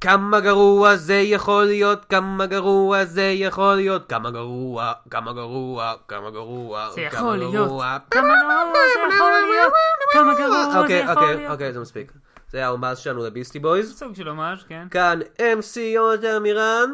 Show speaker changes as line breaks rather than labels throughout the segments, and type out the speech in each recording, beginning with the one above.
כמה גרוע זה יכול להיות, כמה גרוע זה יכול להיות, כמה גרוע, כמה גרוע, כמה גרוע,
זה
כמה
יכול להיות.
גרוע.
כמה גרוע זה יכול להיות, כמה גרוע זה
אוקיי,
יכול
אוקיי,
להיות.
אוקיי, זה מספיק. זה היה הומאז שלנו לביסטי בויז.
סוג של הומאז' כן,
כאן MC יונתן מירן.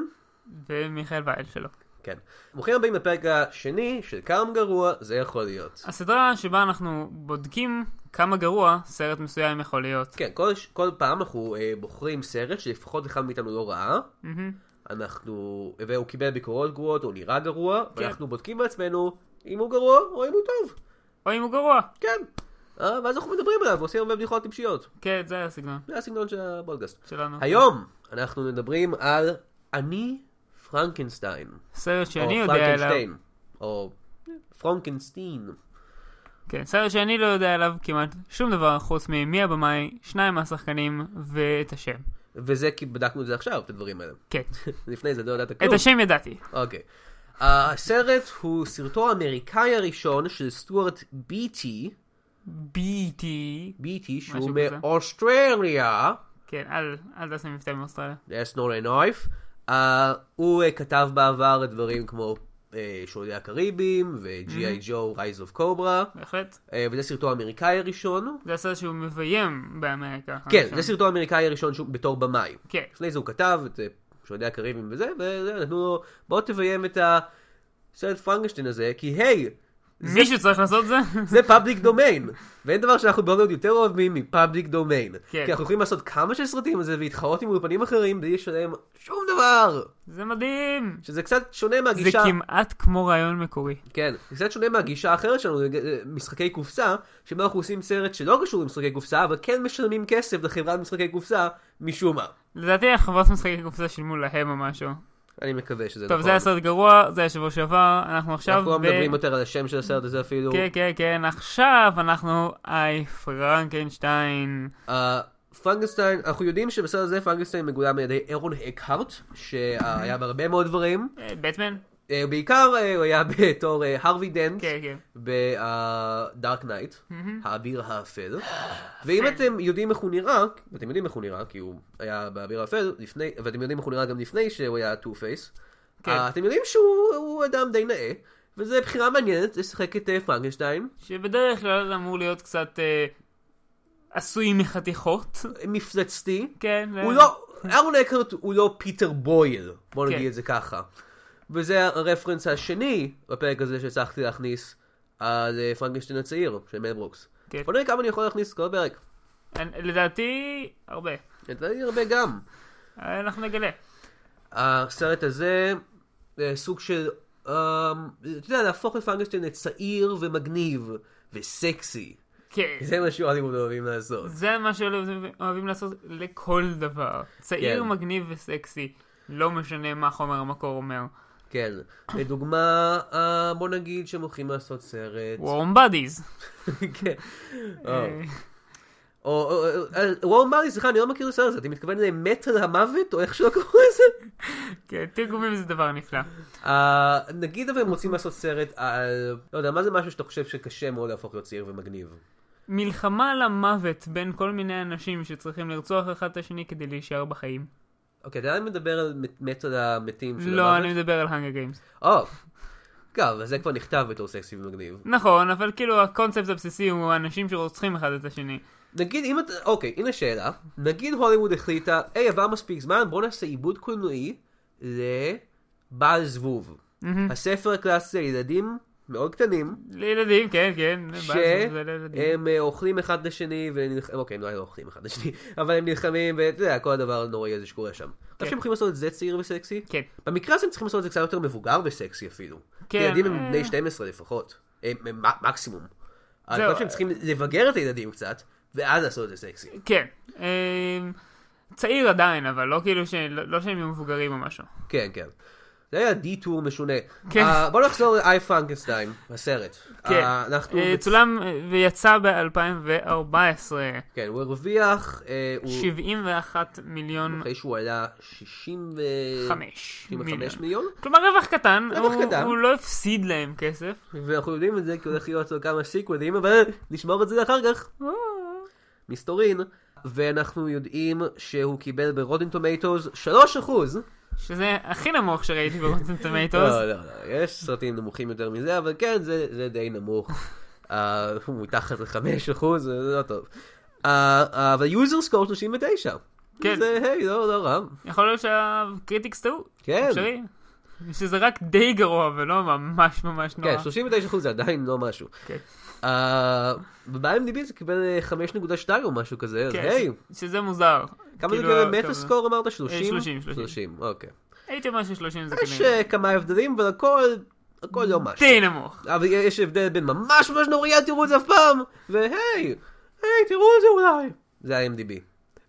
ומיכאל וייל שלו.
כן. ברוכים הבאים לפרק השני של כמה גרוע זה יכול להיות.
הסדרה שבה אנחנו בודקים כמה גרוע סרט מסוים יכול להיות.
כן, כל, ש- כל פעם אנחנו אה, בוחרים סרט שלפחות אחד מאיתנו לא ראה.
מהמם.
אנחנו, והוא קיבל ביקורות גרועות, הוא נראה גרוע,
כן.
ואנחנו בודקים בעצמנו אם הוא גרוע או אם הוא טוב.
או אם הוא גרוע.
כן. אה, ואז אנחנו מדברים עליו ועושים הרבה בדיחות טיפשיות.
כן, זה הסגנון
זה הסגנון של הפודקאסט.
שלנו.
היום אנחנו מדברים על אני פרנקנשטיין.
סרט
או
שאני יודע עליו.
פרנקנשטיין. או אה, פרונקנסטיין.
כן, סרט שאני לא יודע עליו כמעט שום דבר חוץ ממי הבמאי, שניים מהשחקנים ואת השם.
וזה כי בדקנו את זה עכשיו, את הדברים האלה.
כן.
לפני זה לא ידעת
את
כלום.
השם ידעתי.
אוקיי. הסרט הוא סרטו האמריקאי הראשון של סטוארט ביטי,
ביטי.
ביטי שהוא
משהו כזה.
מאוסטרליה,
כן, אל, אל תעשה מבטא מאוסטרליה.
that's not a knife, uh, הוא אה, כתב בעבר דברים כמו uh, שועלי הקריבים ו-G.I. Joe Rise of Cobra,
בהחלט.
uh, וזה סרטו האמריקאי הראשון.
זה הסרט שהוא מביים באמריקה.
כן,
הראשון.
זה סרטו האמריקאי הראשון שהוא- בתור במאי.
כן.
לפני זה הוא כתב את אה, שועלי הקריבים וזה, ונתנו לו, בוא תביים את הסרט פרנקשטיין הזה, כי היי,
מישהו צריך לעשות זה?
זה פאבליק דומיין, ואין דבר שאנחנו בהוליווד יותר אוהבים מפאבליק דומיין.
כן.
כי אנחנו יכולים לעשות כמה של סרטים על זה ולהתחרות עם אולפנים אחרים בלי לשלם שום דבר,
זה מדהים.
שזה קצת שונה
זה
מהגישה,
כמעט כמו רעיון מקורי.
כן, זה קצת שונה מהגישה האחרת שלנו, זה, אה, משחקי קופסה, שבה אנחנו עושים סרט שלא קשור למשחקי קופסה, אבל כן משלמים כסף לחברת משחקי קופסה, משום מה.
לדעתי החברת משחקי קופסה שילמו להם או משהו.
אני מקווה שזה
טוב,
נכון.
זה היה סרט גרוע, זה היה שבוע שעבר, אנחנו עכשיו...
אנחנו לא
ב-
מדברים יותר על השם של הסרט הזה אפילו.
כן, כן, כן, עכשיו אנחנו... היי, פרנקנשטיין.
אה, פרנקנשטיין, אנחנו יודעים שבסרט הזה פרנקנשטיין מגולם על ידי אירון אקהרט, שהיה בהרבה מאוד דברים.
אה, בטמן?
אה, בעיקר אה, הוא היה בתור אה, הרווי דנט
כן, כן.
בדארק נייט, האביר האפל. ואם אתם יודעים איך הוא נראה, אתם יודעים איך הוא נראה, כי הוא היה באביר האפל, לפני- ואתם יודעים איך הוא נראה גם לפני שהוא היה טו פייס,
כן.
אתם יודעים שהוא הוא אדם די נאה, וזו בחירה מעניינת לשחק את אה, פרנקנשטיין.
שבדרך כלל אמור להיות קצת אה, עשוי מחתיכות.
מפלצתי.
כן. זה-
הוא לא, אהרון אקרט הוא לא פיטר בויל, בוא
כן.
נגיד את זה ככה. וזה הרפרנס השני בפרק הזה שהצלחתי להכניס על אה, פרנקנשטיין הצעיר של מל ברוקס.
כן.
בוא נראה כמה אני יכול להכניס כל פרק.
אני- לדעתי, הרבה.
נתתי הרבה גם.
אה, אנחנו נגלה.
הסרט הזה, אה, סוג של, אה, אתה יודע, להפוך את פרנקנשטיין לצעיר ומגניב וסקסי.
כן.
זה מה שאוהדים אוהבים לעשות.
זה מה שאוהבים לעשות לכל דבר. צעיר,
כן.
מגניב וסקסי. לא משנה מה חומר המקור אומר.
כן. לדוגמה, אה, בוא נגיד שהם הולכים לעשות סרט.
וורם בדיז.
כן. אה. או אה, וורם מרלי, סליחה, אני לא מכיר את הסרט הזה, אתה מתכוון למת על המוות, או איך שלא קראו לזה?
כן, תרגומים זה דבר נפלא.
אה, נגיד אבל הם רוצים לעשות סרט על, לא יודע, מה זה משהו שאתה חושב שקשה מאוד להפוך להיות צעיר ומגניב?
מלחמה על המוות בין כל מיני אנשים שצריכים לרצוח אחד את השני כדי להישאר בחיים.
אוקיי, אתה עדיין מדבר על מת- מת על המתים של
לא, אני
המוות?
מדבר על הנגר גיימס.
או, כן, אבל זה כבר נכתב בתור סקסי ומגניב.
נכון, אבל כאילו הקונספט הבסיסי הוא אנשים שרוצחים אחד את השני.
נגיד אם אתה, אוקיי, הנה שאלה. נגיד הוליווד החליטה, היי, עבר מספיק זמן, בוא נעשה עיבוד קולנועי לבעל זבוב.
מהמם.
הספר הקלאסי לילדים מאוד קטנים.
לילדים, כן, כן. בעל זוג זה לילדים.
שהם אה, אוכלים אחד לשני, ונלחמים, אוקיי, הם לא אוכלים אחד לשני, אבל הם נלחמים, ואתה יודע, כל הדבר הנוראי הזה שקורה שם. אתה חושב שהם יכולים לעשות את זה צעיר וסקסי?
כן.
במקרה הזה הם צריכים לעשות את זה קצת יותר מבוגר וסקסי אפילו. כי
כן,
ילדים הם
אה.
בני 12 לפחות, הם- הם מ- מקסימום. אני חושב שהם
אה.
צריכים לבגר את הילדים קצת, ואז לעשות את זה סקסי.
כן. אמ, צעיר עדיין, אבל לא כאילו ש... לא לא שהם יהיו מבוגרים או משהו.
כן, כן. זה היה דיטור משונה.
כן.
אה, בוא נחזור לאי פרנקנסטיין, הסרט.
כן.
אה, אנחנו...
אה, צולם אה, ויצא ב-2014.
כן, הוא הרוויח, אה, הוא...
71 מיליון
אחרי שהוא עלה 65
חמש.
95
מיליון.
מיליון,
כלומר רווח קטן,
רווח
הוא-
קטן.
הוא לא הפסיד להם כסף.
ואנחנו יודעים את זה כי הולך להיות לו כמה סיקוולים, אבל נשמור את זה לאחר כך, מסתורין. ואנחנו יודעים שהוא קיבל ברודן טומטוס 3 אחוז.
שזה הכי נמוך שראיתי ברוטן טומטוס.
לא, לא, לא, יש סרטים נמוכים יותר מזה, אבל כן, זה, זה די נמוך. אה, הוא מתחת לחמש אחוז, זה לא טוב. אה, אה, אבל יוזר סקור 39.
כן.
זה, היי, לא, לא רע.
יכול להיות שהקריטיקס טעו.
כן.
אפשרי. שזה רק די גרוע ולא ממש ממש נורא.
כן, 39 אחוז זה עדיין לא משהו.
כן.
אה, וב-IMDb זה קיבל אה, 5.2 או משהו כזה, אז
כן,
היי,
ש- שזה מוזר.
כמה זה
כאילו,
קיבל
טוב,
מטה סקור אמרת? 30?
30, 30.
30, אוקיי.
הייתי אומר ש-30 זה
יש
כנראה.
אה, כמה הבדלים, אבל הכל, הכל לא משהו.
די נמוך.
אבל יש הבדל בין ממש ממש נורא, אל תראו את זה אף פעם, והי, היי, תראו את זה אולי. זה ה-MDB.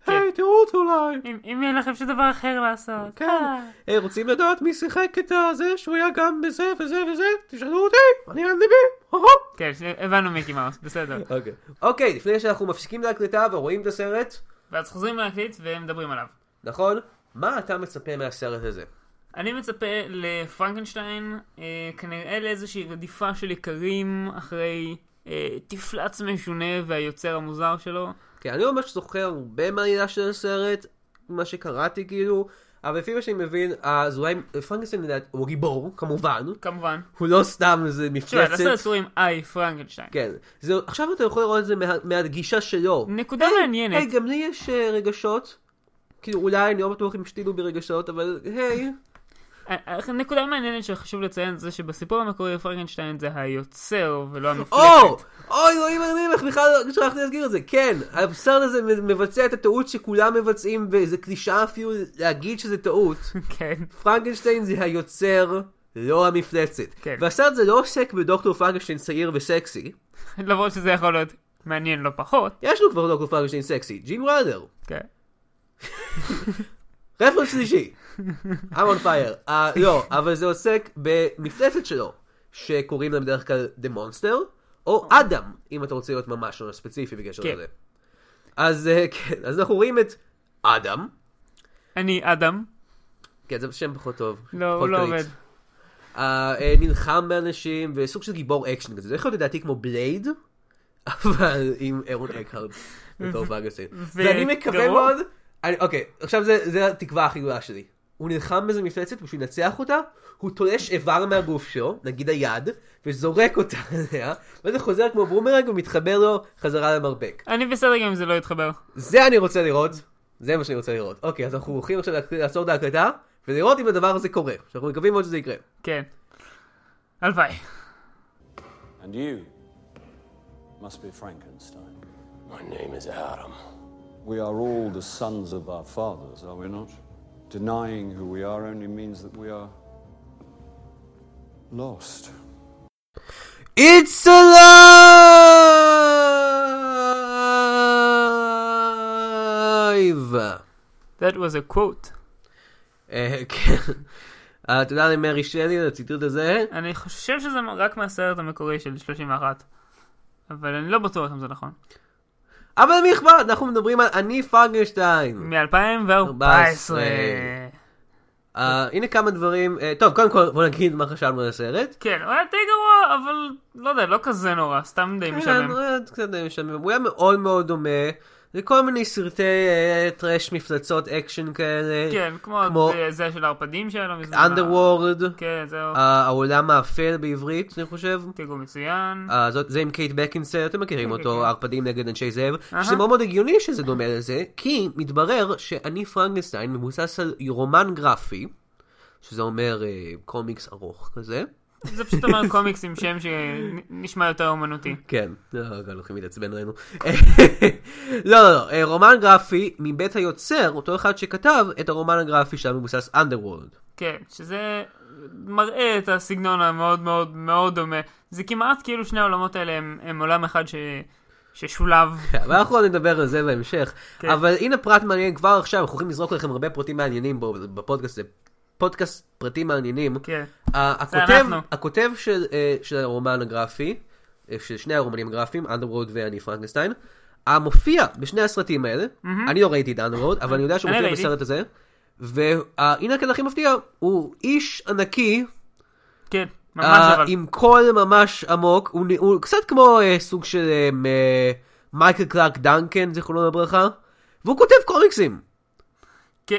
היי, תראו את זה אולי.
אם אם יהיה לכם שדבר אחר לעשות.
כן.
אה.
היי, רוצים לדעת מי שיחק את הזה שהוא היה גם בזה וזה וזה? תשאלו אותי, אני ה-MDB.
כן, ש- הבנו מיקי מאוס, בסדר.
אוקיי. אוקיי, לפני שאנחנו מפסיקים להקלטה ורואים את הסרט,
ואז חוזרים להקליט ומדברים עליו.
נכון? מה אתה מצפה מהסרט הזה?
אני מצפה לפרנקנשטיין, אה, כנראה לאיזושהי רדיפה של איכרים אחרי אה, תפלץ משונה והיוצר המוזר שלו.
כן, אני לא ממש זוכר הרבה מהעלילה של הסרט, מה שקראתי כאילו, אבל לפי מה שאני מבין, אז אולי פרנקסטיין לדעת, הוא גיבור, כמובן,
כמובן.
הוא לא סתם איזה
תשמע, לסרט
מפלצת.
קוראים איי פרנקנשטיין.
כן, זה, עכשיו אתה יכול לראות את זה מה, מהגישה שלו.
נקודה מעניינת.
היי, גם לי יש אה, רגשות. כאילו, אולי אני לא בטוח אם השתילו בי רגשות, אבל היי.
אה, נקודה מעניינת שחשוב לציין זה שבסיפור המקורי פרנקנשטיין זה היוצר ולא
Oh! או!
המפלצת.
אוי, אלוהים אלוהים, איך בכלל לא שכחתי להזכיר את זה. כן, הבשר הזה מבצע את הטעות שכולם מבצעים, וזה קלישאה אפילו להגיד שזה טעות.
כן.
פרנקנשטיין זה היוצר, לא המפלצת.
כן.
והסרט זה לא עוסק בדוקטור פרנקנשטיין צעיר וסקסי.
למרות שזה יכול להיות מעניין לא פחות.
יש לו כבר דוקטור פרנקנשטיין סקסי, ג'ין וילדר.
כן.
רפרנס שלישי. I'm on fire. אה, לא, אבל זה עוסק במפלצת שלו, שקוראים להם בדרך כלל The Monster, או אדם, אם אתה רוצה להיות ממש ממש ספציפי בקשר
כן.
לזה. אז אה, כן, אז אנחנו רואים את אדם.
אני אדם.
כן, זה שם פחות טוב.
לא, הוא
פחות
לא
קליט.
עובד.
אה, אה, נלחם באנשים, וסוג של גיבור אקשן כזה. זה יכול להיות לדעתי כמו בלייד, אבל עם אהרון אקהרד בתור פגסין. ואני מקווה
גרוע.
מאוד, אני- אוקיי, עכשיו זה זה התקווה הכי גדולה שלי. הוא נלחם באיזה מפלצת בשביל לנצח אותה, הוא תולש איבר מהגוף שלו, נגיד היד, וזורק אותה עליה, ואז זה חוזר כמו בומרנג ומתחבר לו חזרה למרפק.
אני בסדר גם אם זה לא יתחבר.
זה אני רוצה לראות, זה מה שאני רוצה לראות. אוקיי, אז אנחנו הולכים עכשיו להק- לעצור את ההקלטה, ולראות אם הדבר הזה קורה. שאנחנו מקווים מאוד שזה יקרה.
כן. הלוואי.
And you must be Frankenstein.
My name is Adam.
We are all the sons of our fathers, are we not? Denying who we are only means that we are lost.
It's alive!
That was a quote.
אה, כן. אה, תודה למרי שלי על הציטוט הזה.
אני חושב שזה רק מהסרט המקורי של 31. אבל אני לא בטוח אם זה נכון.
אבל מי אכפת? אנחנו מדברים על אני פרנקנשטיין.
מ-2014.
אה, הנה כמה דברים. אה, טוב, קודם כל בוא נגיד מה חשבנו על הסרט.
כן, הוא היה די גרוע, אבל לא יודע, לא כזה נורא, סתם
כן,
די משעמם.
הוא היה אה, קצת די משעמם. הוא היה מאוד מאוד דומה לכל מיני סרטי אה, טרש מפלצות אקשן כאלה.
כן, כמו
כמו-
זה- זה של הערפדים שהיה לו מזמן.
אנדרוורד.
כן, זהו.
אה. העולם האפל בעברית, אני חושב.
תיגור מצוין.
אה, זאת, זה עם קייט בקינסל, אתם מכירים אותו, ערפדים נגד אנשי זאב,
כן. אהה.
שזה מאוד מאוד הגיוני שזה דומה לזה, כי מתברר שאני פרנקנשטיין מבוסס על רומן גרפי, שזה אומר אה, קומיקס ארוך כזה.
זה פשוט אומר קומיקס עם שם שנשמע יותר אומנותי.
כן, לא, גם הולכים להתעצבן עלינו. לא, לא, לא, אה, רומן גרפי מבית היוצר, אותו אחד שכתב את הרומן הגרפי שהיה מבוסס אנדרוורד.
כן, שזה מראה את הסגנון המאוד מאוד מאוד דומה. זה כמעט כאילו שני העולמות האלה הם, הם עולם אחד ש, ששולב.
אבל אנחנו עוד נדבר על זה בהמשך.
כן.
אבל הנה פרט מעניין כבר עכשיו, אנחנו הולכים לזרוק לכם הרבה פרטים מעניינים בו- בפודקאסט הזה. פודקאסט פרטים מעניינים.
כן.
ה-
זה
הכותב,
אנחנו.
הכותב של, אה, של הרומן הגרפי, אה, של שני הרומנים הגרפיים, אנדרווד ואני פרנקנשטיין, המופיע בשני הסרטים האלה, אני לא ראיתי את אנדרווד, אבל אני יודע שהוא
אני
מופיע
ראיתי.
בסרט הזה, והנה הכן הכי מפתיע, הוא איש ענקי,
כן, ממש
אה,
אבל.
עם קול ממש עמוק, הוא נ- הוא קצת כמו אה, סוג של אה, מ- מייקל קלארק דנקן, זיכרונו לברכה. והוא כותב קומיקסים.
כן.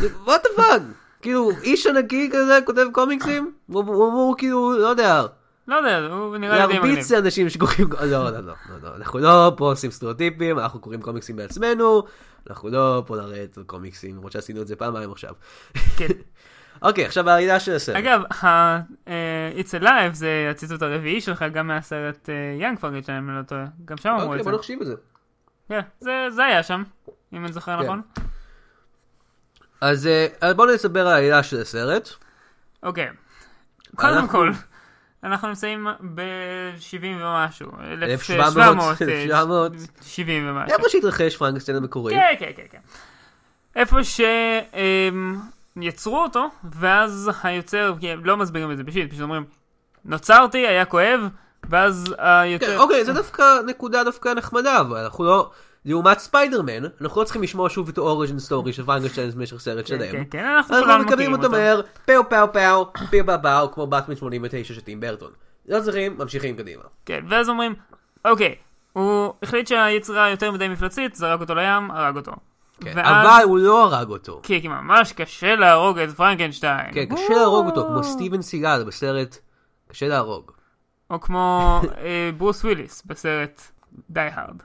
וואט דה פאק? כאילו, איש ענקי כזה כותב קומיקסים? הוא הוא אמור כאילו, לא יודע,
לא יודע, הוא נראה לי די מגניב.
להרביץ לאנשים שקוראים... לא, לא, לא, לא, לא, אנחנו לא פה עושים סטריאוטיפים, אנחנו קוראים קומיקסים בעצמנו, אנחנו לא פה נראית קומיקסים, למרות שעשינו את זה פעמיים עכשיו.
כן.
אוקיי, עכשיו העלילה של הסרט.
אגב, ה- אה, It's Alive זה הציטוט הרביעי שלך גם מהסרט יאנג פרגצ'ן, אם אני לא טועה. גם שם אמרו
אוקיי,
את זה.
בוא נחשיב את זה.
כן, זה- זה היה שם, אם אני
כן.
זוכר נכון.
אז אה, אז בואו נסבר על העלילה של הסרט.
אוקיי. קודם
אנחנו-
כל, אנחנו נמצאים ב-70 ומשהו.
1700,
70 אה, ומשהו.
איפה שהתרחש פרנקסטיין המקורי.
כן, כן, כן, כן. איפה שיצרו אותו, ואז היוצר, כי הם לא מסבירים את זה בשביל, פשוט אומרים, נוצרתי, היה כואב, ואז
כן,
היוצר...
אוקיי, זה דווקא נקודה דווקא נחמדה, אבל אנחנו לא... לעומת ספיידרמן, אנחנו לא צריכים לשמוע שוב את האוריג'ן סטורי של פרנקשטיין במשך סרט
כן, כן,
שלם.
כן, אנחנו
אנחנו
כולנו
מקבלים
מכירים
אותו
אותו.
מהר, פאו פאו פאו, פאו פאו פאו, כמו באטמן 89 של טים ברטון. לא צריכים, ממשיכים קדימה.
כן, ואז אומרים, אוקיי, הוא החליט שהיצירה יותר מדי מפלצית, זרק אותו לים, הרג אותו.
כן,
ואז-
אבל הוא לא הרג אותו.
כי כי ממש קשה להרוג את פרנקנשטיין.
כן, קשה להרוג אותו, כמו סטיבן סיגל בסרט קשה להרוג.
או כמו אה, ברוס וויליס בסרט די הארד.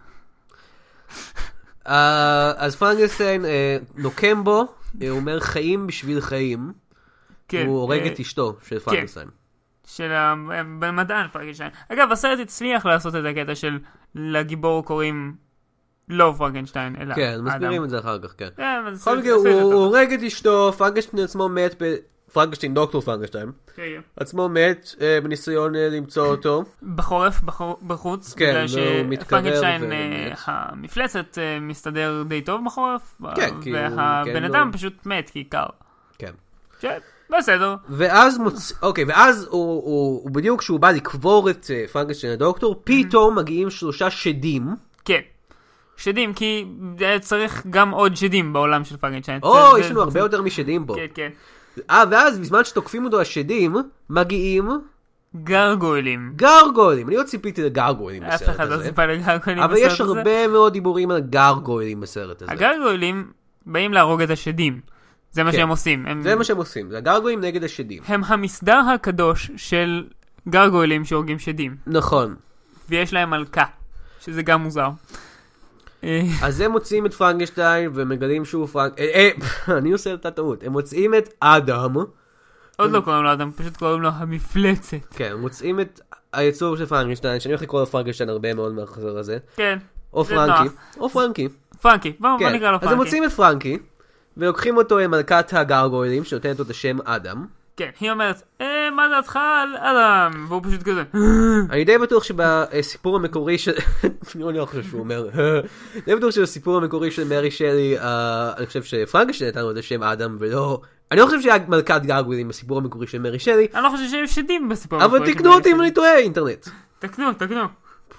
אה, אז פרנקשטיין אה, נוקם בו, אה, הוא אומר חיים בשביל חיים.
כן,
הוא הורג
אה,
את אשתו של פרנקשטיין.
של המדען פרנקנשטיין. אגב, הסרט הצליח לעשות את הקטע של לגיבור קוראים לא פרנקנשטיין, אלא
כן, מסבירים
אה, אדם.
את זה אחר כך, כן.
כן, אבל זה
בכל
סרט-
מקרה, הוא
סרט
הוא
טוב.
הורג את אשתו, פרנקשטיין עצמו מת, ב- פרנקשטיין, דוקטור פרנקשטיין,
כן, כן.
עצמו מת אה, בניסיון אה, למצוא אותו.
בחורף, בחור- בחוץ,
כן,
בגלל
והוא מתקרר
שפרנקנשטיין, אה,
ומת.
המפלצת אה, מסתדר די טוב בחורף,
כן, כי הוא- כן,
והבן
הוא-
אדם פשוט מת כי קר.
כן.
כן, בסדר.
ואז מוצ... אוקיי, ואז הוא, הוא, הוא בדיוק כשהוא בא לקבור את אה, פרנקשטיין הדוקטור, פתאום מגיעים שלושה שדים.
כן. שדים, כי היה צריך גם עוד שדים בעולם של פרנקנשטיין.
או,
זה-
יש
זה-
לנו הרבה יותר משדים פה.
כן, כן.
אה, ואז בזמן שתוקפים אותו השדים, מגיעים
גרגולים.
גרגולים. אני לא ציפיתי לגרגולים
אף
בסרט
אחד לא
הזה.
ציפה לגרגולים
אבל
בסרט
יש
הזה.
הרבה מאוד דיבורים על גרגולים בסרט הזה.
הגרגולים באים להרוג את השדים. זה מה
כן.
שהם עושים. הם-
זה מה שהם עושים, זה הגרגולים נגד השדים.
הם המסדר הקדוש של גרגולים שהורגים שדים.
נכון.
ויש להם מלכה. שזה גם מוזר. אה,
אז הם מוצאים את פרנקשטיין ומגלים שהוא פרנק... אה, אה, אני עושה את הטעות. הם מוצאים את אדם,
עוד לא קוראים לו אדם, פשוט קוראים לו המפלצת.
כן, הם מוצאים את היצור של פרנקשטיין, שאני הולך לקרוא לו פרנקשטיין הרבה מאוד מהחזר הזה,
כן.
או
זה
פרנקי,
נוח.
או פרנקי,
פרנקי. בוא בוא
כן.
נקרא לו
אז הם
פרנקי.
מוצאים את פרנקי, ולוקחים אותו למלכת הגרגולים, שנותנת לו את השם אדם.
כן, היא אומרת, אה, מה דעתך על אדם? והוא פשוט כזה. "אה,
אני די בטוח שבסיפור המקורי של... אני לא חושב שהוא אומר. די בטוח שבסיפור המקורי של מרי שלי, אה, אני חושב שפרנקשטיין נתן לו את השם אדם, ולא... אני לא חושב שהיה מלכת גרגולים בסיפור המקורי של מרי שלי,
אני לא חושב שיש שדים בסיפור.
אבל
המקורי של
תקנו אותי
מרי
אם אני טועה, אינטרנט.
שלי. תקנו, תקנו.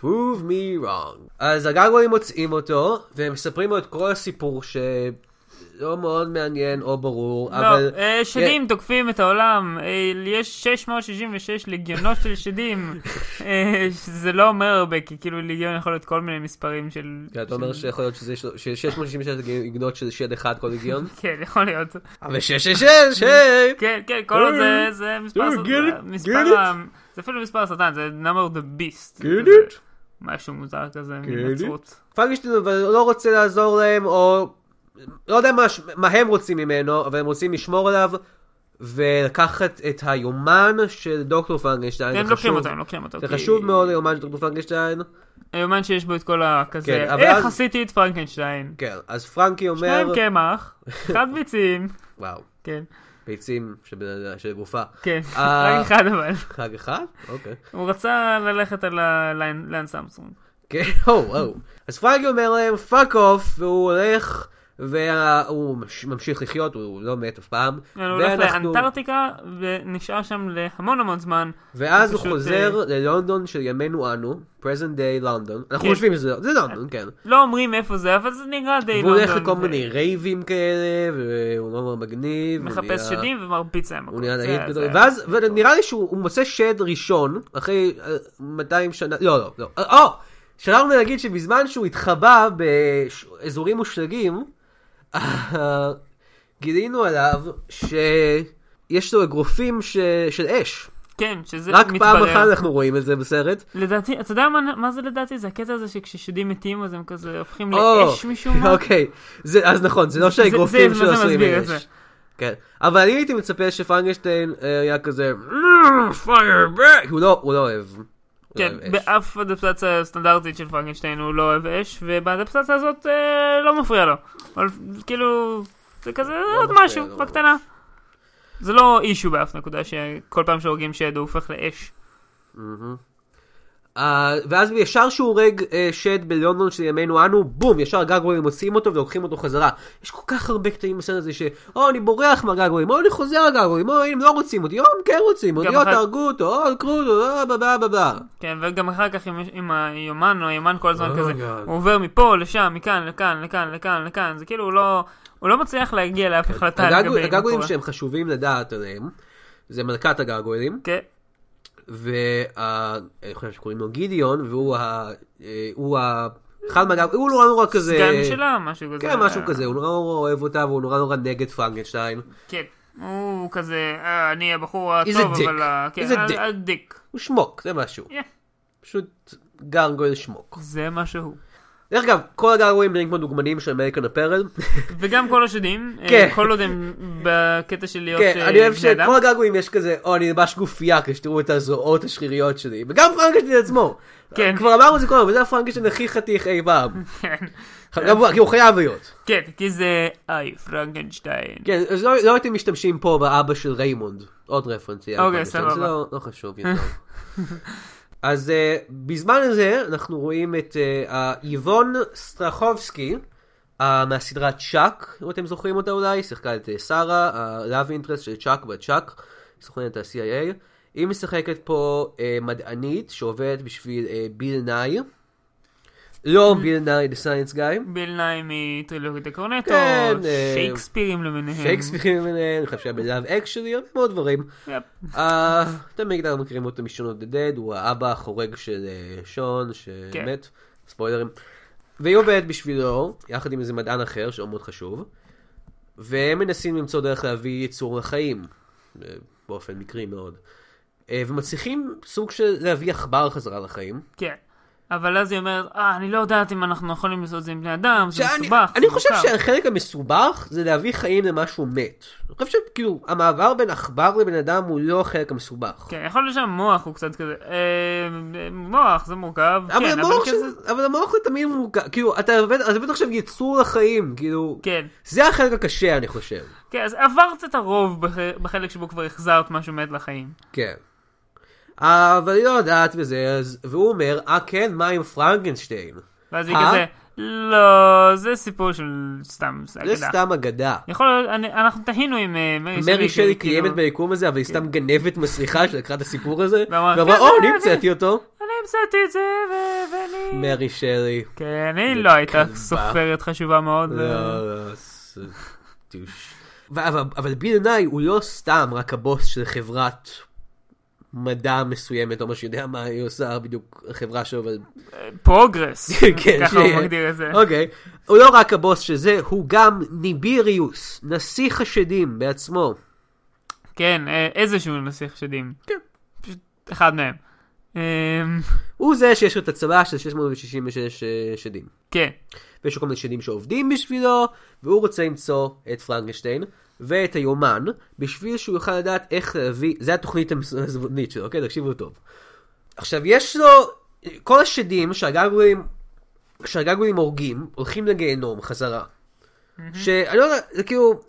prove me wrong. אז הגגולים מוצאים אותו, והם מספרים לו את כל הסיפור שלא מאוד מעניין או ברור, אבל...
לא, אה, שדים תוקפים את העולם, אה, יש 666 לגיונות של שדים, אה, זה לא אומר הרבה, כי כאילו ליגיון יכול להיות כל מיני מספרים של...
כן, אתה אומר
של-
שיכול להיות שזה של- של 666 גנות של שד אחד כל הגיון?
כן, יכול להיות.
אבל 666, היי!
כן, כן, כל עוד זה- זה מספר...
אה,
ס-
get it?
מספר
get it?
ה- זה אפילו מספר השטן, זה number the beast.
Get
זה
it?
משהו מוזר כזה,
it?
מנצרות.
פרנקשטיין אבל לא רוצה לעזור להם, או לא יודע מה, ש- מה הם רוצים ממנו, אבל הם רוצים לשמור עליו, ולקחת את היומן של דוקטור פרנקשטיין.
הם
זה
לוקחים
חשוב.
אותו, הם לוקחים אותו.
זה
כי-
חשוב מאוד היומן של דוקטור פרנקשטיין.
היומן שיש בו את כל הכזה,
כן, אבל
איך
אז-
עשיתי את פרנקנשטיין?
כן, אז פרנקי אומר...
שניים קמח, אחד ביצים.
וואו,
כן,
ביצים של בן אדם, של גופה.
כן,
אה.
רק אחד אבל.
חג אחד? אוקיי.
הוא רצה ללכת על הליין סמסונג.
כן, או, או. אז פרנקי אומר להם, פאק אוף, והוא הולך, והוא מש- ממשיך לחיות, הוא לא מת אף פעם.
כן, הוא הולך
ואנחנו-
לאנטארקטיקה ונשאר שם להמון המון זמן.
ואז הוא
פשוט, אה,
חוזר ללונדון של ימינו אנו, present day לונדון. אנחנו
כן.
חושבים שזה זה לונדון, כן.
לא אומרים איפה זה, אבל זה נראה די
והוא
לונדון. אה.
הולך לכל
ו-
מיני רייבים כאלה, והוא לא מאוד מגניב. הוא
אה, מחפש
נהיה-
שדים ומרביץ להם.
הוא
הכל.
נהיה
זה-
להיט
זה-
גדול, ואז ונראה לי שהוא הוא מוצא שד ראשון, אחרי אה, 200 שנה, לא, לא, לא, אה, או, שכחנו להגיד שבזמן שהוא התחבא באזורים מושלגים, אה, גילינו עליו שיש לו אגרופים ש... של אש.
כן, שזה
רק
מתברר.
פעם אחת אנחנו רואים את זה בסרט.
לדעתי, אתה יודע מה, מה זה לדעתי? זה הקטע הזה שכששדים מתים אז הם כזה הופכים
או,
לאש משום מה.
אוקיי, זה- אז נכון, זה לא
זה-
שהאגרופים
זה-
שלו
זה
עשויים
מסביר את זה.
מאש. כן, אבל אני הייתי מצפה שפרנגשטיין אה, היה כזה, "Mm, fire back! הוא לא הוא לא אוהב. הוא לא
כן,
אוהב אש.
באף אדפטציה סטנדרטית של פרנקנשטיין הוא לא אוהב אש, ובאדפטציה הזאת אה, לא מפריע לו. אבל כאילו, זה כזה עוד
לא מפריע
משהו,
לו
בקטנה. זה לא אישו באף נקודה שכל פעם שהורגים שד הוא הופך לאש.
אה, ואז ישר שהוא הורג אה, שד בלונדון של ימינו אנו, בום, ישר הגגולים מוציאים אותו ולוקחים אותו חזרה. יש כל כך הרבה קטעים בסרט הזה ש, או אני בורח מהגגולים, או אני חוזר לגגולים, או הם לא רוצים אותי, או הם כן רוצים אותי,
גם
או
אחת-
תהרגו אותו, או עקרו אותו, אה, בה בה בה בה.
כן, וגם אחר כך עם, עם היומן, או היומן כל הזמן
Oh
כזה,
God.
הוא עובר מפה לשם, מכאן, לכאן, לכאן, לכאן, לכאן, זה כאילו הוא לא, הוא לא מצליח להגיע לאף החלטה
הגג-
לגבי מה
הגגולים
קורה.
שהם חשובים לדעת עליהם, זה מלכת הגגולים,
כן,
ואני חושב שקוראים לו גידיון, והוא ה... אה, הוא ה... אחד מהגג... הוא נורא נורא כזה...
סגן שלה, משהו כזה.
כן, משהו כזה, הוא נורא נורא אוהב אותה, והוא נורא נורא נגד פרנגנשטיין.
כן, הוא כזה, "אה, אני הבחור
He's a
הטוב,
dick.
אבל... ה- כן,
He's a
ה-
dick."
הדיק.
הוא שמוק, זה משהו.
Yeah.
פשוט גרגויל שמוק.
זה מה שהוא.
דרך אגב, כל הגרגויים נראים כמו דוגמנים של אמריקן אפרל.
וגם כל השדים, אה,
כן.
כל עוד הם בקטע של להיות
כן,
אה,
אני אוהב
בני אדם.
שכל הגרגויים יש כזה, או אני לבש גופייה כשתראו את הזרועות השריריות שלי. וגם פרנקשטיין עצמו.
כן.
כבר אמרנו את זה קודם, וזה הפרנקשטיין הכי חתיך אי פעם.
כן.
גם הוא- כי הוא חייב להיות.
כן, כי זה איי, פרנקנשטיין.
כן, אז לא לא הייתם משתמשים פה באבא של ריימונד. עוד רפרנס. יהיה
אוקיי,
לפרנקשטיין,
סבבה.
זה לא- לא חשוב יותר. אז אה, בזמן הזה אנחנו רואים את אה, איבון סטרחובסקי אה, מהסדרה צ'אק, אם אתם זוכרים אותה אולי, שיחקה את אה, שרה, ה-Love Interest של צ'אק בצ'אק, סוכנת ה-CIA. היא משחקת פה אה, מדענית שעובדת בשביל אה, ביל נאי. לא ביל נאי, The Science Guy.
ביל נאי מטרילוגית הקורנטו,
כן, אה,
שייקספירים למיניהם.
שייקספירים למיניהם, אני חושב שהיה בלאב אקשלי, הרבה מאוד דברים.
יפ.
אה, אתם בגלל מכירים אותו משון אוף דה דד, הוא האבא החורג של אה, שון,
כן.
שמת, ספוילרים. והיא עובדת בשבילו, יחד עם איזה מדען אחר, שהוא מאוד חשוב, והם מנסים למצוא דרך להביא יצור לחיים, אה, באופן מקרי מאוד. אה, ומצליחים סוג של להביא עכבר חזרה לחיים.
כן. אבל אז היא אומרת, אה, אני לא יודעת אם אנחנו יכולים לעשות את זה עם בני אדם, זה
שאני-
מסובך.
אני
זה
חושב
מורכב."
שהחלק המסובך זה להביא חיים למשהו מת. אני חושב שכאילו, המעבר בין עכבר לבן אדם הוא לא החלק המסובך.
כן, יכול להיות שהמוח הוא קצת כזה, אה, מוח זה מורכב,
אבל
כן,
המוח
כזה-
שזה- אבל המוח זה תמיד מורכב, כאילו, אתה עובד אתה עובד עכשיו יצור לחיים, כאילו,
כן.
זה החלק הקשה אני חושב,
כן, אז עברת את הרוב בח- בחלק שבו כבר החזרת משהו מת לחיים.
כן. אה, אבל היא לא יודעת וזה, אז- והוא אומר, אה כן, מה עם פרנקנשטיין?
ואז היא
אה?
כזה, לא, זה סיפור של סתם
זה
אגדה.
סתם אגדה.
יכול להיות, אני- אנחנו תהינו עם אה, מרי שלי.
מרי שלי
כאילו, כן.
קיימת ביקום הזה, אבל היא סתם גנבת מסריחה שלקחה את הסיפור הזה,
ואמרה,
ואמרה,
"כן,
או,
אני-
אני המצאתי אותו.
אני המצאתי את זה, ו- ואני...
מרי שלי.
כן, היא לא הייתה סופרת חשובה מאוד. אה, ו-
לא, לא, ס- טוש. ו- אבל אבל ביל נאי הוא לא סתם רק הבוס של חברת מדע מסוימת או מה שיודע מה היא עושה בדיוק החברה שלו. אבל-
פרוגרס.
כן,
ככה הוא
שיהיה.
מגדיר את זה.
אוקיי. הוא לא רק הבוס של זה, הוא גם ניביריוס, נסיך השדים בעצמו.
כן, אה, איזשהו נסיך שדים.
כן.
פשוט אחד מהם. אה,
הוא זה שיש לו את הצבא של 666 אה, שדים.
כן.
ויש לו כל מיני שדים שעובדים בשבילו, והוא רוצה למצוא את פרנקשטיין ואת היומן, בשביל שהוא יוכל לדעת איך להביא, זה התוכנית הזבונית שלו, אוקיי? תקשיבו טוב. עכשיו, יש לו, כל השדים שהגגולים, שהגגולים הורגים, הולכים לגיהנום חזרה. שאני לא יודע, זה כאילו,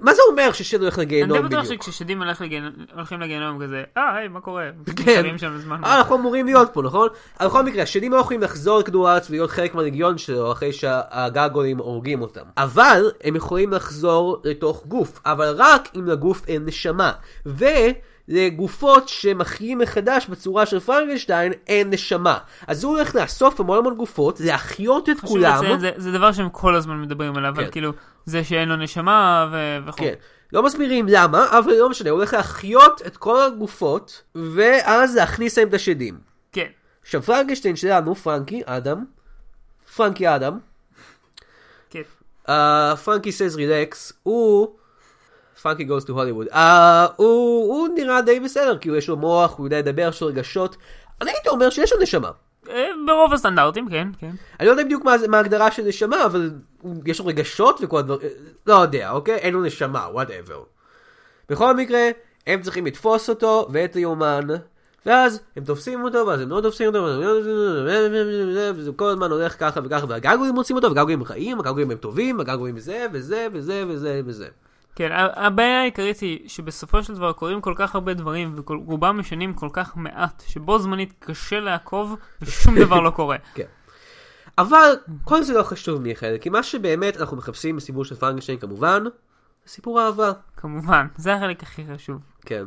מה זה אומר ששד הולך
אני די
לגיהנום
בטוח
לא בדיוק?
שכששדים הולך לגיהנ- הולכים לגיהנום כזה, אה, היי, מה קורה? נשארים שם זמן.
אה, אנחנו אמורים להיות פה, נכון? אבל בכל מקרה, השדים לא יכולים לחזור לכדור הארץ ולהיות חלק מהלגיון שלו אחרי שהגגולים הורגים אותם. אבל הם יכולים לחזור לתוך גוף, אבל רק אם לגוף אין נשמה. ולגופות שמחיים מחדש בצורה של פרנקנשטיין אין נשמה. אז הוא הולך לאסוף המון המון גופות, להחיות את
חשוב
כולם.
לציין, זה, זה דבר שהם כל הזמן מדברים עליו, אבל
כן.
כאילו, זה שאין לו נשמה ו... וכו'.
כן. לא מסבירים למה, אבל לא משנה, הוא הולך להחיות את כל הגופות, ואז להכניס להם את השדים.
כן.
עכשיו פרנקשטיין שלנו, פרנקי, אדם, פרנקי אדם,
כן.
Uh, פרנקי says relax, הוא... פרנקי goes to Hollywood. אה, הוא, הוא נראה די בסדר, כאילו יש לו מוח, הוא יודע לדבר, יש לו רגשות. אני הייתי אומר שיש לו נשמה.
אה, ברוב הסטנדרטים, כן, כן.
אני לא יודע בדיוק מה, זה- מה ההגדרה של נשמה, אבל הוא- יש לו רגשות וכל הדברים, לא יודע, אוקיי? אין לו נשמה, וואטאבר. בכל מקרה, הם צריכים לתפוס אותו ואת היומן, ואז הם תופסים אותו, ואז הם לא תופסים אותו, ואז הם לא תופסים אותו, וזה כל הזמן הולך ככה וככה, והגעגועים מוצאים אותו, והגעגועים רעים, הגעגועים הם טובים, הגעגועים זה וזה וזה וזה וזה.
כן, ה- הבעיה העיקרית היא שבסופו של דבר קורים כל כך הרבה דברים ורובם משנים כל כך מעט, שבו זמנית קשה לעקוב ושום דבר לא קורה.
אבל כל זה לא חשוב מיכאל, כי מה שבאמת אנחנו מחפשים בסיפור של פרנקשטיין כמובן, זה סיפור אהבה.
כמובן, זה החלק הכי חשוב.
כן.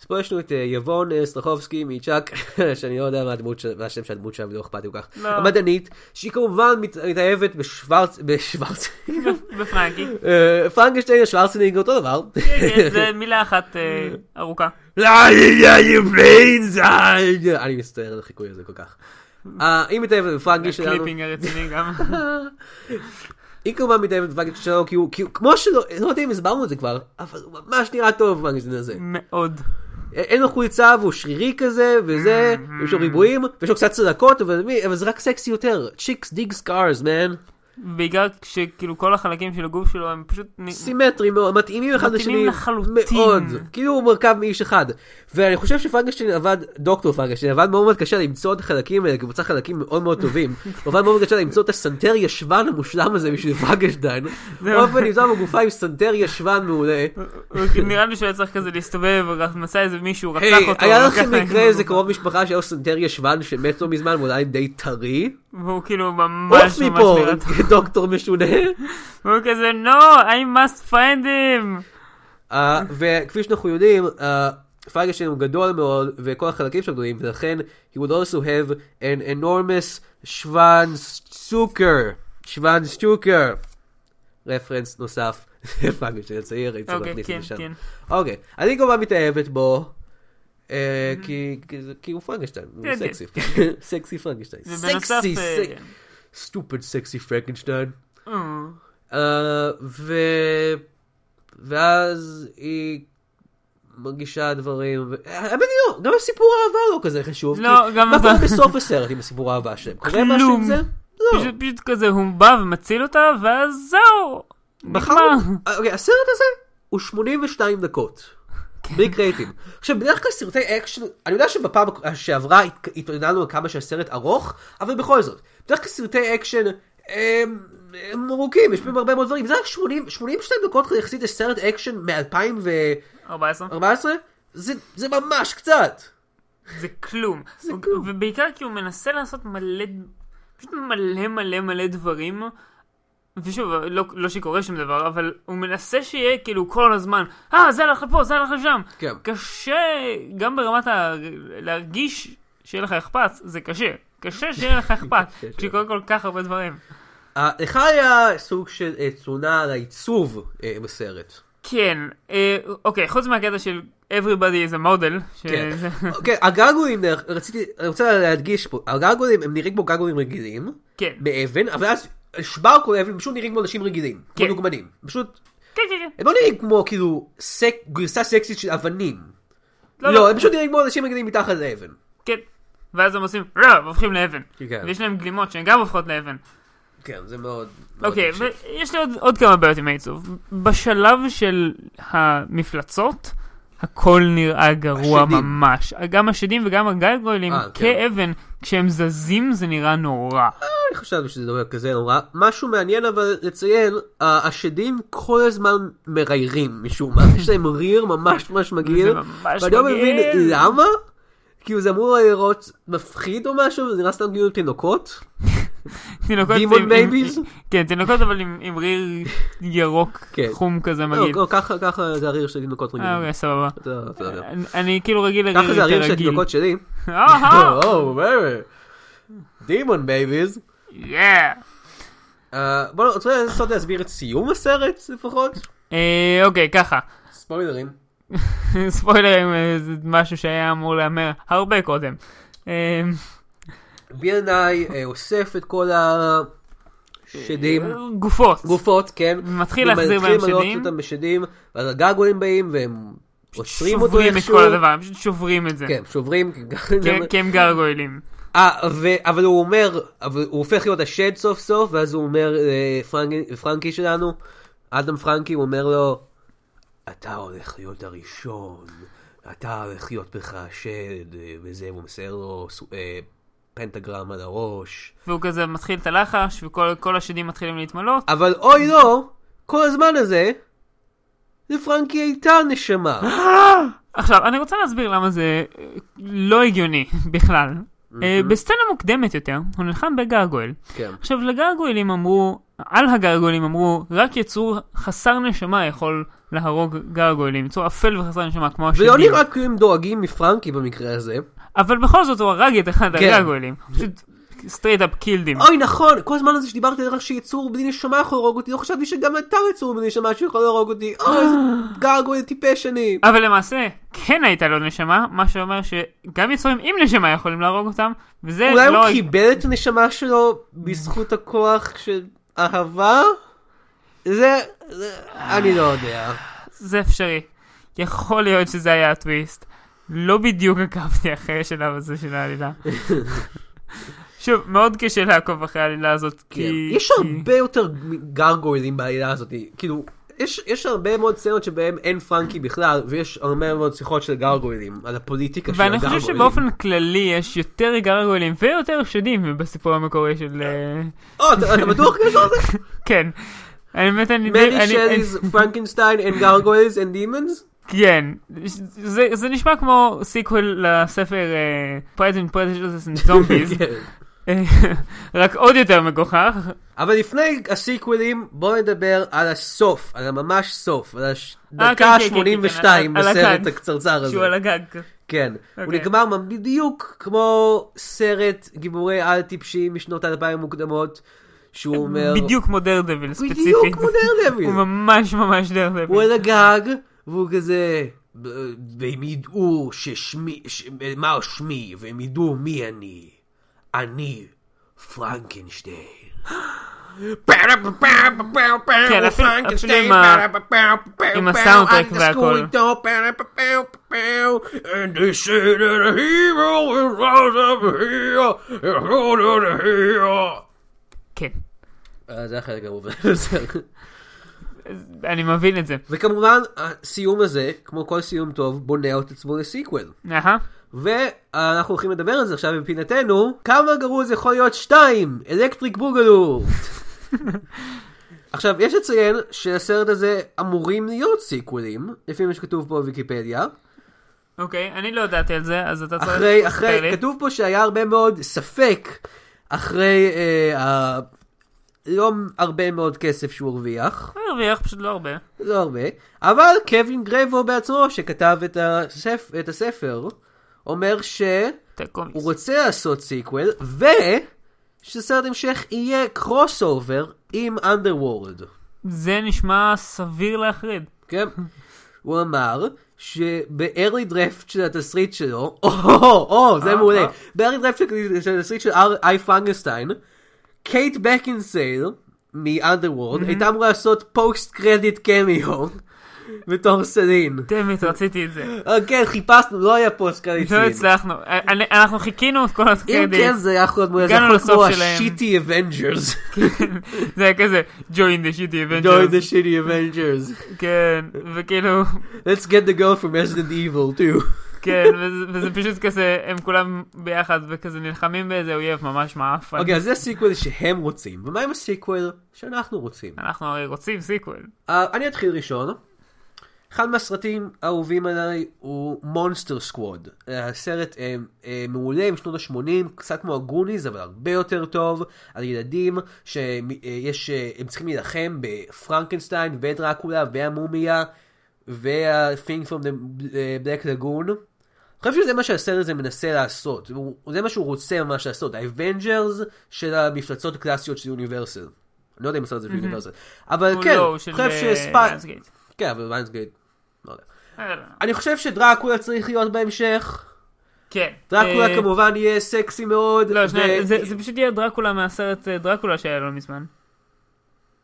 אז פה יש לנו את אה, יבון אה, סטרחובסקי מצ'אק, שאני לא יודע מה הדמות של- מה השם של הדמות שלה ולא אכפת לי כל כך.
לא.
המדענית, שהיא כמובן מת- מתאהבת בשוורץ... בשוורץ...
בפרנקי,
אה, פרנקשטיין שוורצנינג אותו דבר.
כן, זה מילה אחת אה, ארוכה.
לא, לא, you brains! אה, אני מצטער על החיקוי הזה כל כך. אה, היא מתאהבת בפרנקי שלנו.
הקליפינג הרציני גם.
היא כמובן מתאהבת בפרנקי שלנו, כי הוא, כי הוא- כמו שלא, לא יודע אם הסברנו את זה כבר, אבל הוא ממש נראה טוב בפרנקשטיין
Mm.
הזה.
מאוד.
אין לו חולצה והוא שרירי כזה וזה,
Mm-hmm.
יש לו ריבועים, ויש לו קצת צדקות, אבל מי- אבל זה רק סקסי יותר. צ'יקס דיג סקארס, מן.
בעיקר כשכאילו כל החלקים של הגוף שלו הם פשוט... נ-
סימטרים, מאוד, מתאימים אחד לשני.
מתאימים לחלוטין.
מאוד. כאילו הוא מורכב מאיש אחד. ואני חושב שפרנקשטיין עבד, דוקטור פרנקשטיין עבד מאוד מאוד קשה למצוא את החלקים האלה, כי הוא מצא חלקים מאוד מאוד טובים. הוא עבד מאוד מאוד קשה למצוא את הסנטר ישבן המושלם הזה בשביל פרנקשטיין. אופן נמצא בגופה עם סנטר ישבן מעולה.
הוא- אוקיי, נראה לי שהוא היה צריך כזה להסתובב, רק מצא איזה מישהו, רצח
היי,
אותו. לא
היה
לקח
לכם
להם-
מקרה איזה קרוב משפחה שהיה לו סנטר ישבן שמת לא מזמן, והוא עדיין די טרי?
והוא כאילו ממש
עוף
ממש
מפה,
נראה טוב.
דוקטור משונה.
והוא כזה, no, I must find him.
אה, וכפי שאנחנו יודעים, אה, פרגשטיין הוא גדול מאוד, וכל החלקים שלו גדולים, ולכן, he would also have an enormous שוונס צוקר. שוונס צוקר. רפרנס נוסף. פרגשטיין הצעיר, הייתי צריך
אוקיי,
להכניס את זה שם.
כן, כן.
אוקיי, אני כמובן מתאהבת בו. אה, כי, כי זה- כי הוא פרנקשטיין, הוא
Mm-hmm. כן,
סקסי, סקסי פרנקשטיין,
ובנוסף,
סקסי,
אה, כן.
סטופד סקסי פרנקשטיין,
אה,
אה, ו... ואז היא מרגישה דברים, ו... האמת היא לא, גם הסיפור האהבה לא כזה חשוב.
לא,
כי
גם
מה
אתה-
קורה בסוף הסרט עם הסיפור האהבה שלהם? קורה משהו עם
כלום.
זה? לא.
פשוט- פשוט כזה, הוא בא ומציל אותה, ואז זהו.
בחר...
נגמר.
אוקיי, הסרט הזה הוא 82 דקות. ביג רייטינג. עכשיו בדרך כלל סרטי אקשן, אני יודע שבפעם שעברה הת- התלוננו על כמה שהסרט ארוך, אבל בכל זאת, בדרך כלל סרטי אקשן הם, הם ארוכים, יש בהם הרבה מאוד דברים, זה רק 80, 82 דקות יחסית לסרט אקשן מ-2014,
14.
זה, זה ממש קצת.
זה כלום.
זה
הוא-
כלום.
ובעיקר כי הוא מנסה לעשות מלא, פשוט מלא מלא מלא דברים. ושוב, לא, לא שקורה שום דבר, אבל הוא מנסה שיהיה כאילו כל הזמן, אה, זה הלך לפה, זה הלך לשם.
כן.
קשה, גם ברמת ה... להרגיש שיהיה לך אכפת, זה קשה. קשה שיהיה לך אכפת,
קשה שיהיה
כשקורה כל כך הרבה דברים.
אה, לך היה סוג של אה, תלונה על העיצוב אה, בסרט.
כן, אה, אוקיי, חוץ מהקטע של everybody is a model, ש...
כן. כן, הגגולים, דרך- רציתי, אני רוצה להדגיש פה, הגגולים הם נראים כמו גגולים רגילים,
כן.
מאבן, אבל אז שבר כל אבן, הם פשוט נראים כמו אנשים רגילים, כמו
כן.
דוגמנים, פשוט,
כן, כן, כן.
הם לא נראים כמו כאילו סק, גרסה סקסית של אבנים,
לא,
לא,
לא.
הם פשוט נראים כמו אנשים רגילים מתחת לאבן.
כן. ואז הם עושים, לא, והופכים לאבן.
כן.
ויש להם גלימות שהן גם הופכות לאבן.
כן, זה מאוד... מאוד
אוקיי,
קשה.
ויש לי עוד, עוד כמה בעיות עם העיצוב. בשלב של המפלצות, הכל נראה גרוע
השדים.
ממש. גם השדים וגם הגלגולים,
אה, כן.
כאבן, כשהם זזים זה נראה נורא.
אני חשבתי שזה דבר כזה נורא. משהו מעניין אבל לציין, ה- השדים כל הזמן מראיירים משום מה. יש להם ריר ממש ממש מגעיל.
וזה ממש
ואני לא מבין
מגעיל.
למה. כאילו זה אמור להיראות מפחיד או משהו, זה נראה סתם כאילו תינוקות.
תינוקות
Demon
עם- עם-
babies?
כן, תינוקות אבל עם, עם ריר ירוק
כן.
חום כזה
לא,
מגעיל.
לא, ככה ככה זה הריר של תינוקות
אה,
רגילים.
אוקיי, סבבה.
אתה- אתה יודע.
אני, אני כאילו רגיל לריר
ככה זה הריר
יותר
של לא.
רגיל.
התינוקות שלי. Oh,
אהה,
דימון בייביז.
yeah.
בואו, אה, רוצה לנסות להסביר את סיום הסרט לפחות?
אה, אוקיי, ככה.
ספוילרים.
ספוילרים אה, זה משהו שהיה אמור להיאמר הרבה קודם. אה,
B&I אה, אוסף את כל השדים,
גופות.
גופות, כן.
מתחיל להחזיר
ומתחיל
בהם
למלא
שדים.
אותם בשדים, ואז הגעגועים באים והם עוצרים אותו
שוברים את
איכשהו.
כל הדבר, כן. הם פשוט שוברים את זה.
כן, שוברים.
כי- כי הם גרגוילים.
אה, ו- אבל הוא אומר, אבל הוא הופך להיות השד סוף סוף, ואז הוא אומר, אה, פרנק- פרנקי שלנו, אדם פרנקי, הוא אומר לו, אתה הולך להיות הראשון, אתה הולך להיות בך השד, אה, וזה, והוא מסייר לו סו- אה, פנטגרם על הראש.
והוא כזה מתחיל את הלחש, וכל כל השדים מתחילים להתמלות.
אבל אוי לא, כל הזמן הזה, לפרנקי הייתה נשמה.
עכשיו, אני רוצה להסביר למה זה אה, לא הגיוני בכלל. אה, בסצנה מוקדמת יותר, הוא נלחם בגרגויל.
כן.
עכשיו, לגרגוילים אמרו, על הגרגוילים אמרו, רק יצור חסר נשמה יכול להרוג גרגוילים, יצור אפל וחסר נשמה, כמו השדים.
ולא נראה כאילו הם דואגים מפרנקי במקרה הזה.
אבל בכל זאת הוא הרג את אחד
כן.
הגרגוילים. פשוט סטרייט אפ קילדים.
אוי נכון, כל הזמן הזה שדיברתי על איך שיצור בלי נשמה יכול להרוג אותי, לא חשבתי שגם אתה יצור בלי נשמה שיכול להרוג אותי, אוי איזה גרגוי טיפש אני.
אבל למעשה, כן הייתה לו נשמה, מה שאומר שגם יצורים עם נשמה יכולים להרוג אותם, וזה
אולי
לא...
הוא קיבל את הנשמה שלו בזכות הכוח של אהבה? זה, זה- אני לא יודע.
זה אפשרי. יכול להיות שזה היה הטוויסט. לא בדיוק עקבתי אחרי השלב הזה של העלילה. שוב, מאוד קשה לעקוב אחרי העלילה הזאת, כי...
כן, יש
כי-
הרבה יותר גרגוילים בעלילה הזאת, כאילו, יש, יש הרבה מאוד סצנות שבהם אין פרנקי בכלל, ויש הרבה מאוד שיחות של גרגוילים, על הפוליטיקה של
ואני
הגרגוילים.
חושב שבאופן כללי יש יותר גרגולים ויותר שדים בסיפור המקורי
כן.
של... אה,
או, אתה אתה בטוח כזה?
כן. האמת, אני...
מרי
אני-
שליז, פרנקנשטיין, and gargoyles and demons?
כן, זה, זה נשמע כמו סיקוול לספר אה, פרייזן פרייזנס זומביז,
כן.
אה, רק עוד יותר מגוחך.
אבל לפני הסיקווילים, בואו נדבר על הסוף, על הממש סוף, על
אה, כן, כן,
הדקה
כן,
ה-82
כן, על- על
בסרט
הקן.
הקצרצר הזה.
שהוא על הגג.
כן. הוא
אוקיי.
נגמר ממ- בדיוק כמו סרט גיבורי על טיפשים משנות האלפיים המוקדמות, שהוא אומר...
אה, בדיוק כמו דרדביל ספציפית.
בדיוק כמו דרדביל.
הוא ממש ממש דרדביל.
הוא על הגג, והוא כזה... "ב- והם ידעו ששמי, ש... מה שמי, והם ידעו מי אני. אני פרנקנשטיין.
כן,
כן,
אפילו- אפילו עם ה-
עם
עם הסאונדטרק והכל.
And they say that a hero will rise up here, and hold on here.
כן,
אה, זה החלק המובן בסדר.
אני מבין את זה.
וכמובן, הסיום הזה, כמו כל סיום טוב, בונה את עצמו לסיקוול.
אהה.
ואנחנו הולכים לדבר על זה עכשיו מבחינתנו, כמה גרוע זה יכול להיות שתיים, אלקטריק בוגלו. עכשיו, יש לציין שהסרט הזה אמורים להיות סיקוולים, לפי מה שכתוב פה בוויקיפדיה.
אוקיי, אני לא ידעתי על זה, אז אתה צריך...
אחרי,
לספר
אחרי,
לי.
כתוב פה שהיה הרבה מאוד ספק אחרי אה, ה... לא הרבה מאוד כסף שהוא הרוויח.
הוא הרוויח פשוט לא הרבה.
לא הרבה, אבל קווין גרייבו בעצמו, שכתב את, הספ... את הספר, אומר שהוא
את הקומיקס.
רוצה לעשות סיקוול, ושסרט המשך יהיה קרוס אובר עם underworld.
זה נשמע סביר להחריד.
כן? הוא אמר שבארלי דרפט של התסריט שלו, או, או, או, זה מעולה, בארלי דרפט של- של התסריט של אר- איי פרנגסטיין, קייט בקינסייל מ-underworld הייתה אמורה לעשות פוסט קרדיט קמיו בתור סלין.
דמת, רציתי את זה.
אה, כן, חיפשנו, לא היה פוסט קרדיט
לא
סלין.
הצלחנו. אני- אנחנו חיכינו את כל
אם
הקרדיט.
כן זה היה יכול להיות מעולה, זה
הגענו
יכול להיות
לסוף
כמו
שלהם.
השיטי אבנג'רס. לא,
זה היה כזה, join the shitty Avengers.
Join the shitty Avengers.
כן, וכאילו,
Let's get the girl from Resident Evil too.
כן, וזה- וזה פשוט כזה, הם כולם ביחד וכזה נלחמים באיזה אויב ממש מעפן.
אוקיי, אז זה סיקוול שהם רוצים, ומה עם הסיקוול שאנחנו רוצים?
אנחנו הרי רוצים סיקוול.
אה, אני אתחיל ראשון. אחד מהסרטים האהובים עליי הוא מונסטר סקווד. הסרט אה, אה, מעולה משנות ה-80, קצת כמו הגוניז, אבל הרבה יותר טוב, על ילדים שהם אה, יש, אה, הם צריכים להילחם בפרנקנשטיין ודרקולה והמומיה וה-thing from the אה, black lagoon. אני חושב שזה מה שהסרט הזה מנסה לעשות, הוא- זה מה שהוא רוצה ממש לעשות, האבנג'רס של המפלצות הקלאסיות של יוניברסל. אני לא יודע אם הסרט הזה של יוניברסל, אבל
הוא
כן,
לא, הוא
אני
של
חושב
אה,
שספייק,
Lionsgate.
כן, אבל ויינסגייט, לא יודע.
אה, לא.
אני חושב שדרקולה צריך להיות בהמשך.
כן.
דרקולה
אה,
כמובן יהיה סקסי מאוד.
לא, שנייה,
ו-
זה זה פשוט יהיה דרקולה מהסרט אה, דרקולה שהיה לא מזמן.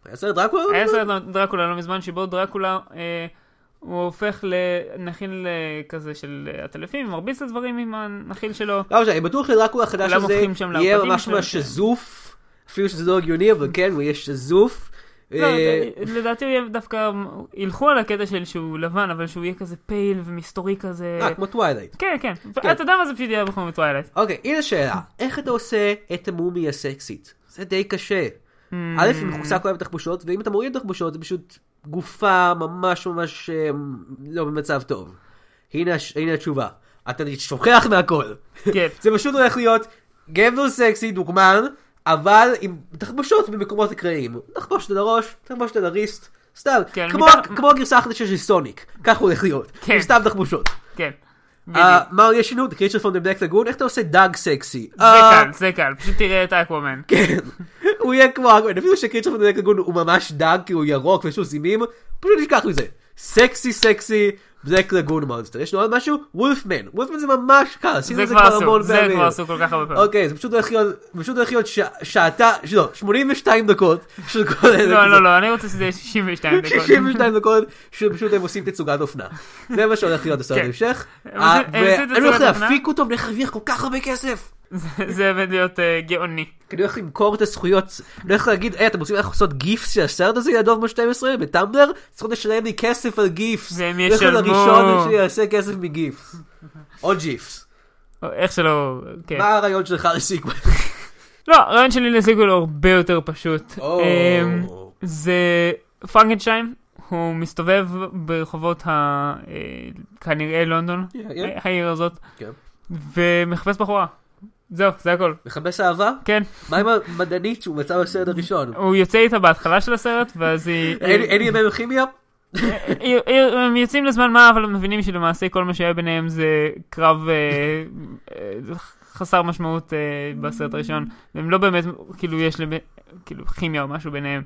היה סרט דרקולה?
היה סרט דרקולה לא מזמן, שבו דרקולה, אה, הוא הופך לנחיל אה, כזה של אה, עטלפים, מרביץ לדברים עם הנחיל שלו.
לא משנה, אני בטוח שדרקולה החדש
כולם
הזה
הופכים שם
יהיה
לערפדים
ממש
שלהם,
ממש
כן.
שזוף, אפילו שזה לא הגיוני, אבל כן, הוא יהיה שזוף.
לא,
אה,
לדעתי הוא יהיה דווקא, ילכו על הקטע של שהוא לבן, אבל שהוא יהיה כזה פייל ומסתורי כזה.
אה, כמו טווילייט.
כן, כן. אתה יודע מה זה פשוט יהיה בחור מטווילייט.
אוקיי, הנה שאלה, איך אתה עושה את המומי הסקסית? זה די קשה.
Hmm.
א', היא מכוסה כל היום בתחבושות, ואם אתה מוריד תחבושות זה פשוט גופה ממש ממש אה, לא במצב טוב. הנה הש- הנה התשובה, אתה שוכח מהכל.
כן.
זה פשוט הולך להיות גבר סקסי, דוגמן, אבל עם תחבושות במקומות אקראיים. תחבושת על הראש, תחבושת על הריסט, סתם.
כן,
כמו-
מתח-
כמו הגרסה החדשה של סוניק, ככה הולך להיות.
כן.
עם סתם תחבושות.
כן.
אה,
בדיוק.
מה עוד יש לנו? The creature from the black lagoon? איך אתה עושה דאג סקסי?
זה
אה,
קל, זה קל. פשוט תראה את אקוומן.
כן. הוא יהיה כמו אקמן. אפילו שקריצ'ר from the black lagoon הוא ממש דאג כי הוא ירוק ויש לו זימים, פשוט נשכח מזה. סקסי סקסי. בלק לגון מונסטר, יש לו עוד משהו? וולפמן, וולפמן זה ממש קל, עשינו
זה
את זה
כבר
כבר המון
עשו,
פעמים.
זה כבר עשו כל כך הרבה פעמים.
אוקיי, זה פשוט הולך להיות, פשוט הולך להיות שע- שעתה, לא, 82 דקות של כל אלה.
לא, לא, לא, אני רוצה שזה יהיה 62 דקות.
62 דקות שפשוט הם עושים תצוגת אופנה. זה מה שהולך להיות בסרט
כן.
ההמשך.
הם עושים- הם עושים
ואני הולך
תצוגת אופנה?
להפיק אותו ואני הולך להרוויח כל כך הרבה כסף.
זה עומד להיות אה, גאוני.
כי אני הולך למכור את הזכויות, אני הולך להגיד, היי, אתם רוצים ללכת לעשות גיפס של הסרט הזה, יעדוב ב-12 בטמבלר? צריכות לשלם לי כסף על גיפס.
והם
אני הולך להיות
ישלמו.
הראשון שיעשה כסף מגיפס. או ג'יפס.
או איך שלא, כן.
מה הרעיון שלך לסיקוול?
לא, הרעיון שלי לסיקוול הוא הרבה יותר פשוט.
או.
אמ, זה פרנקנשיין, הוא מסתובב ברחובות ה... אה, כנראה לונדון,
כן.
העיר הזאת,
כן.
ומחפש בחורה. זהו, זה הכל.
מחפש אהבה?
כן,
מה עם המדענית שהוא מצא בסרט הראשון?
הוא יוצא איתה בהתחלה של הסרט, ואז היא...
אין אין לי ימי כימיה?
היא- היא- הם יוצאים לזמן מה, אבל הם מבינים שלמעשה כל מה שהיה ביניהם זה קרב אה, אה, חסר משמעות אה, בסרט הראשון, והם לא באמת, כאילו, יש להם, כאילו, כימיה או משהו ביניהם.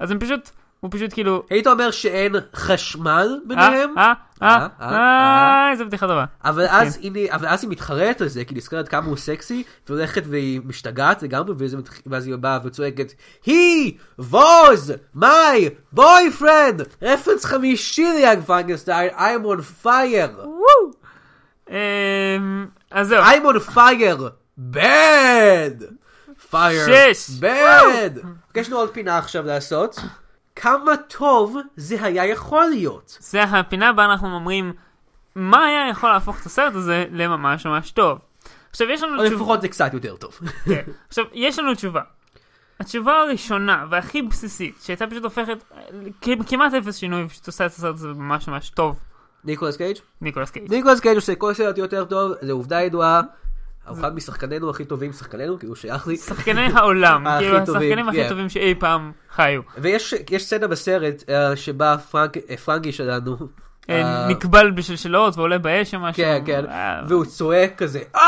אז הם פשוט, הוא פשוט כאילו...
היית אומר שאין חשמל
אה,
ביניהם?
אה, אה,
אה, אה.
אה, איזה בדיחה טובה.
אבל אז, הנה, אבל אז היא מתחרטת על זה, כי היא נזכרת כמה הוא סקסי, והולכת והיא משתגעת לגמרי, ואז היא מתח- ואז היא באה וצועקת, היא ווז מיי בויפרנד! רפרנס חמישי ליאג פרנקנשטיין, I'm on fire!
וואו! אמ, אז זהו,
I'm on fire! bad! fire!
שש.
bad! יש לנו עוד פינה עכשיו לעשות. כמה טוב זה היה יכול להיות.
זה הפינה בה אנחנו אומרים מה היה יכול להפוך את הסרט הזה לממש ממש טוב. עכשיו יש לנו
או
תשובה.
לפחות זה קצת יותר טוב.
כן. עכשיו, יש לנו תשובה. התשובה הראשונה והכי בסיסית, שהייתה פשוט הופכת אה, כ- כמעט אפס שינוי, ופשוט עושה את הסרט הזה ממש ממש טוב,
ניקולס קייג'?
ניקולס קייג'.
ניקולס קייג' עושה כל סרט יותר טוב, זו עובדה ידועה. הוא אחד משחקנינו הכי טובים, שחקנינו, כאילו שייך לי.
שחקני העולם,
הכי
כאילו
טובים,
השחקנים הכי
כן.
טובים שאי פעם חיו.
ויש יש סצנה בסרט אה, שבה פרנק- אה, פרנקי שלנו,
אה,
אה,
נקבל בשלשלות ועולה באש או משהו.
כן, כן,
אה,
והוא צועק כזה, אה!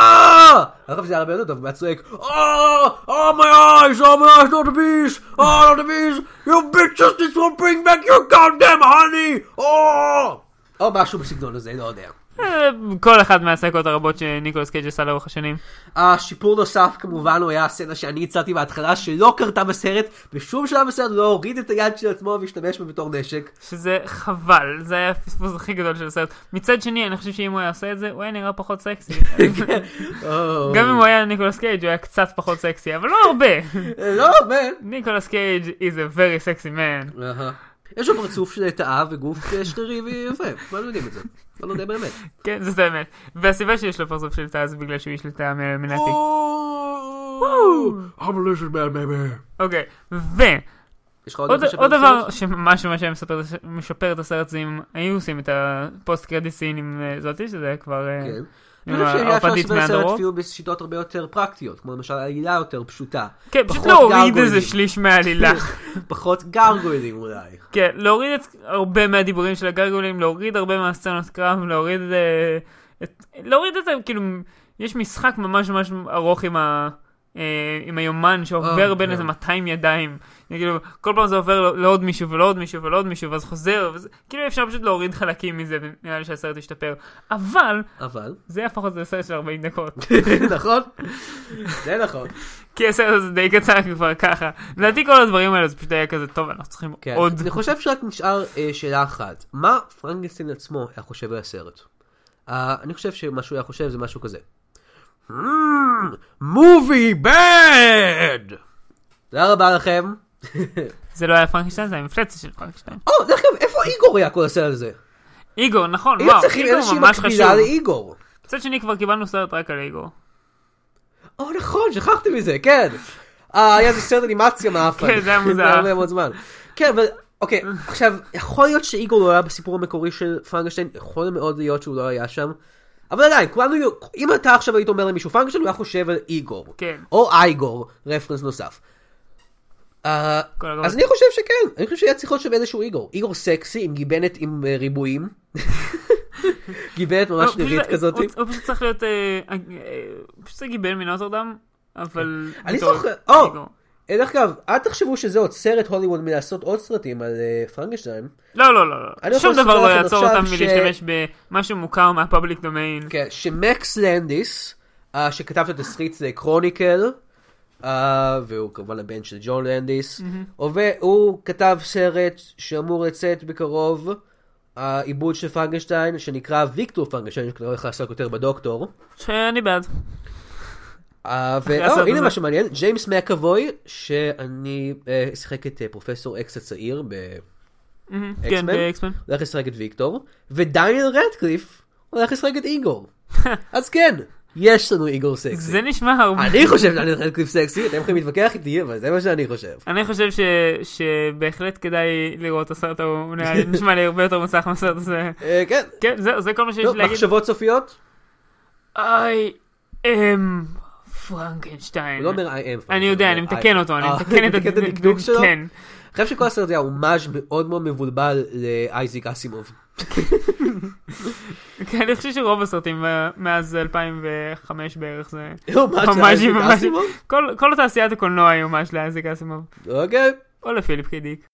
אני חושב שזה היה הרבה יותר טוב, הוא היה צועק, אה! אה my eyes, אה my eyes, not the bees! אה, not the bees! You bitches, this will bring back your goddamn honey! אה! או משהו בסגנון הזה, לא יודע.
אה, כל אחד מהסקות הרבות שניקולס קייג' עשה לאורך השנים.
השיפור נוסף כמובן הוא היה הסצנה שאני הצעתי בהתחלה שלא קרתה בסרט בשום שלב בסרט הוא לא הוריד את היד של עצמו והשתמש בה בתור נשק.
שזה חבל, זה היה הפספוס הכי גדול של הסרט. מצד שני, אני חושב שאם הוא היה עושה את זה, הוא היה נראה פחות סקסי. גם אם הוא היה ניקולס קייג' הוא היה קצת פחות סקסי, אבל לא הרבה.
לא, מן.
ניקולס קייג' is a very sexy man.
אהה. יש לו פרצוף של תאה וגוף אה, שרירי ויפה, מה לא יודעים את זה? לא יודע באמת.
כן, זאת האמת. והסיבה שיש לו פרצוף של תא זה בגלל שהוא איש אה, לתא מהאלמינטי.
I'm a lizard man, baby.
אוקיי, ועוד
יש לך עוד משהו
עוד
שאתה
דבר
רוצה?
שממש ממש היה מספר- משפר את הסרט זה אם היו עושים את הפוסט קרדיט סין עם אה, זאתי, שזה היה כבר... אה,
כן.
עם
אני חושב שהיה אפשר
הערפדית
לעשות את הסרט
מהדרום.
אפילו בשיטות הרבה יותר פרקטיות, כמו למשל עלילה יותר פשוטה.
כן, פשוט
פחות
להוריד
גרגולים.
איזה שליש מהעלילה.
פחות גרגולים אולי.
כן, להוריד את הרבה מהדיבורים של הגרגולים, להוריד הרבה מהסצנות קרב, להוריד אה, את... להוריד את זה, כאילו, יש משחק ממש ממש ארוך עם ה... אה, עם היומן שעובר
אה,
בין
כן.
איזה 200 ידיים, כאילו, כל פעם זה עובר לא- לעוד מישהו ולעוד מישהו ולעוד מישהו, ואז חוזר, וזה, כאילו אפשר פשוט להוריד חלקים מזה, ונראה לי שהסרט ישתפר. אבל,
אבל,
זה יהפוך את זה לסרט של 40 דקות.
נכון? זה נכון.
כי הסרט הזה די קצר כבר ככה. לדעתי כל הדברים האלה זה פשוט היה כזה, טוב, אנחנו צריכים
כן.
עוד.
אני חושב שרק נשאר אה, שאלה אחת. מה פרנקלסטין עצמו היה חושב על הסרט? אה, אני חושב שמה שהוא היה חושב זה משהו כזה. "Hmm, מובי בד! תודה רבה לכם.
זה לא היה פרנקשטיין, זה היה מפלצת של פרנקשטיין.
או, דרך אגב, איפה איגור היה כל הסרט הזה?
איגור, נכון,
היו
וואו,
צריכים
איגור
איזושהי
ממש חשוב.
מקבילה לאיגור.
מצד שני כבר קיבלנו סרט רק על איגור.
או, נכון, שכחתי מזה, כן. אה, היה איזה סרט אנימציה מאפן.
כן, זה היה מוזר.
הרבה מאוד זמן. כן, אבל, אוקיי, עכשיו, יכול להיות שאיגור לא היה בסיפור המקורי של פרנקשטיין, יכול מאוד להיות שהוא לא היה שם. אבל עדיין, כולנו, יו- אם אתה עכשיו היית אומר למישהו פרנקשטיין, הוא היה חושב על איגור.
כן.
או אייגור, רפרנס נוסף. אה,
כל הכבוד.
אז אני חושב שכן, אני חושב שהיה צריך להיות שם איזשהו איגור. איגור סקסי עם גיבנת עם אה, ריבועים. גיבנת
לא,
ממש
פשוט
נירית
זה-
כזאת.
הוא- הוא פשוט צריך להיות, אה, אה, אה, פשוט זה גיבל מנוטרדם, אבל...
אני
בתור
זוכר, או!
איגור.
אה, דרך אגב, אל תחשבו שזה עוד סרט הוליווד מלעשות עוד סרטים על אה, פרנקשטיין.
לא, לא, לא,
אני
לא.
יכול
שום
לספר
דבר לא
לכם
יעצור
עכשיו
אותם
ש-
מלהשתמש במשהו מוכר מהפאבליק דומיין.
כן, שמקס לנדיס, אה, שכתב את התסריט זה קרוניקל, אה, והוא כמובן הבן של ג'ון לנדיס, עובד- הוא כתב סרט שאמור לצאת בקרוב, העיבוד של פרנקשטיין, שנקרא ויקטור פרנקשטיין, שאני לא הולך לעסוק יותר בדוקטור.
שאני בעד.
אה, ו-
הסרט
או, הנה
הזה.
מה שמעניין, ג'יימס מקאבוי, שאני אה, אשחק את אה, פרופסור אקס הצעיר ב...
מהמם. כן,
X-Men?
באקסמן.
הולך לשחק את ויקטור, ודניאל רדקליף הולך לשחק את איגור. אז כן, יש לנו איגור סקסי.
זה נשמע הרבה.
אני חושב שדניאל רדקליף סקסי, אתם יכולים להתווכח איתי, אבל זה מה שאני חושב.
אני חושב ש... שבהחלט כדאי לראות את הסרט ההוא, הוא נראה לי- נשמע לי הרבה יותר מוצלח מהסרט הזה.
אה, כן,
כן, זהו, זה כל מה שיש
טוב,
לי להגיד.
מחשבות סופיות?
I am פרנקנשטיין.
הוא לא אומר I am.
כן. אני יודע, אני מתקן אותו, אני מתקן את
הדקדוק הדקדוק שלו.
כן.
אני חושב שכל הסרט היה הומאז' מאוד מאוד מבולבל לאייזיק אסימוב.
כן, אני חושב שרוב הסרטים אה, מאז 2005 בערך זה...
הומאז'
הומאז'ים,
לאייזיק
הומאז'ים.
אסימוב?
כל כל תעשיית הקולנוע היא ממש לאייזק אסימוב.
אוקיי.
או לפיליפ קידיק.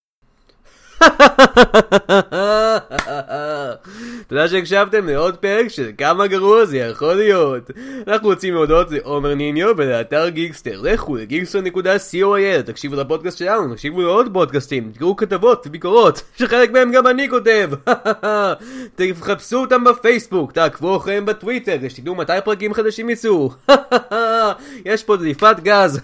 תודה שהקשבתם לעוד פרק של כמה גרוע זה יכול להיות. אנחנו רוצים להודות לעומר ניניו ולאתר גיקסטר. לכו לגיגסטר.co.il, תקשיבו לפודקאסט שלנו, תקשיבו לעוד פודקאסטים, תקראו כתבות וביקורות, שחלק מהם גם אני כותב. תחפשו אותם בפייסבוק, תעקבו אחריהם בטוויטר, שתדעו מתי פרקים חדשים יצאו. יש פה דליפת גז.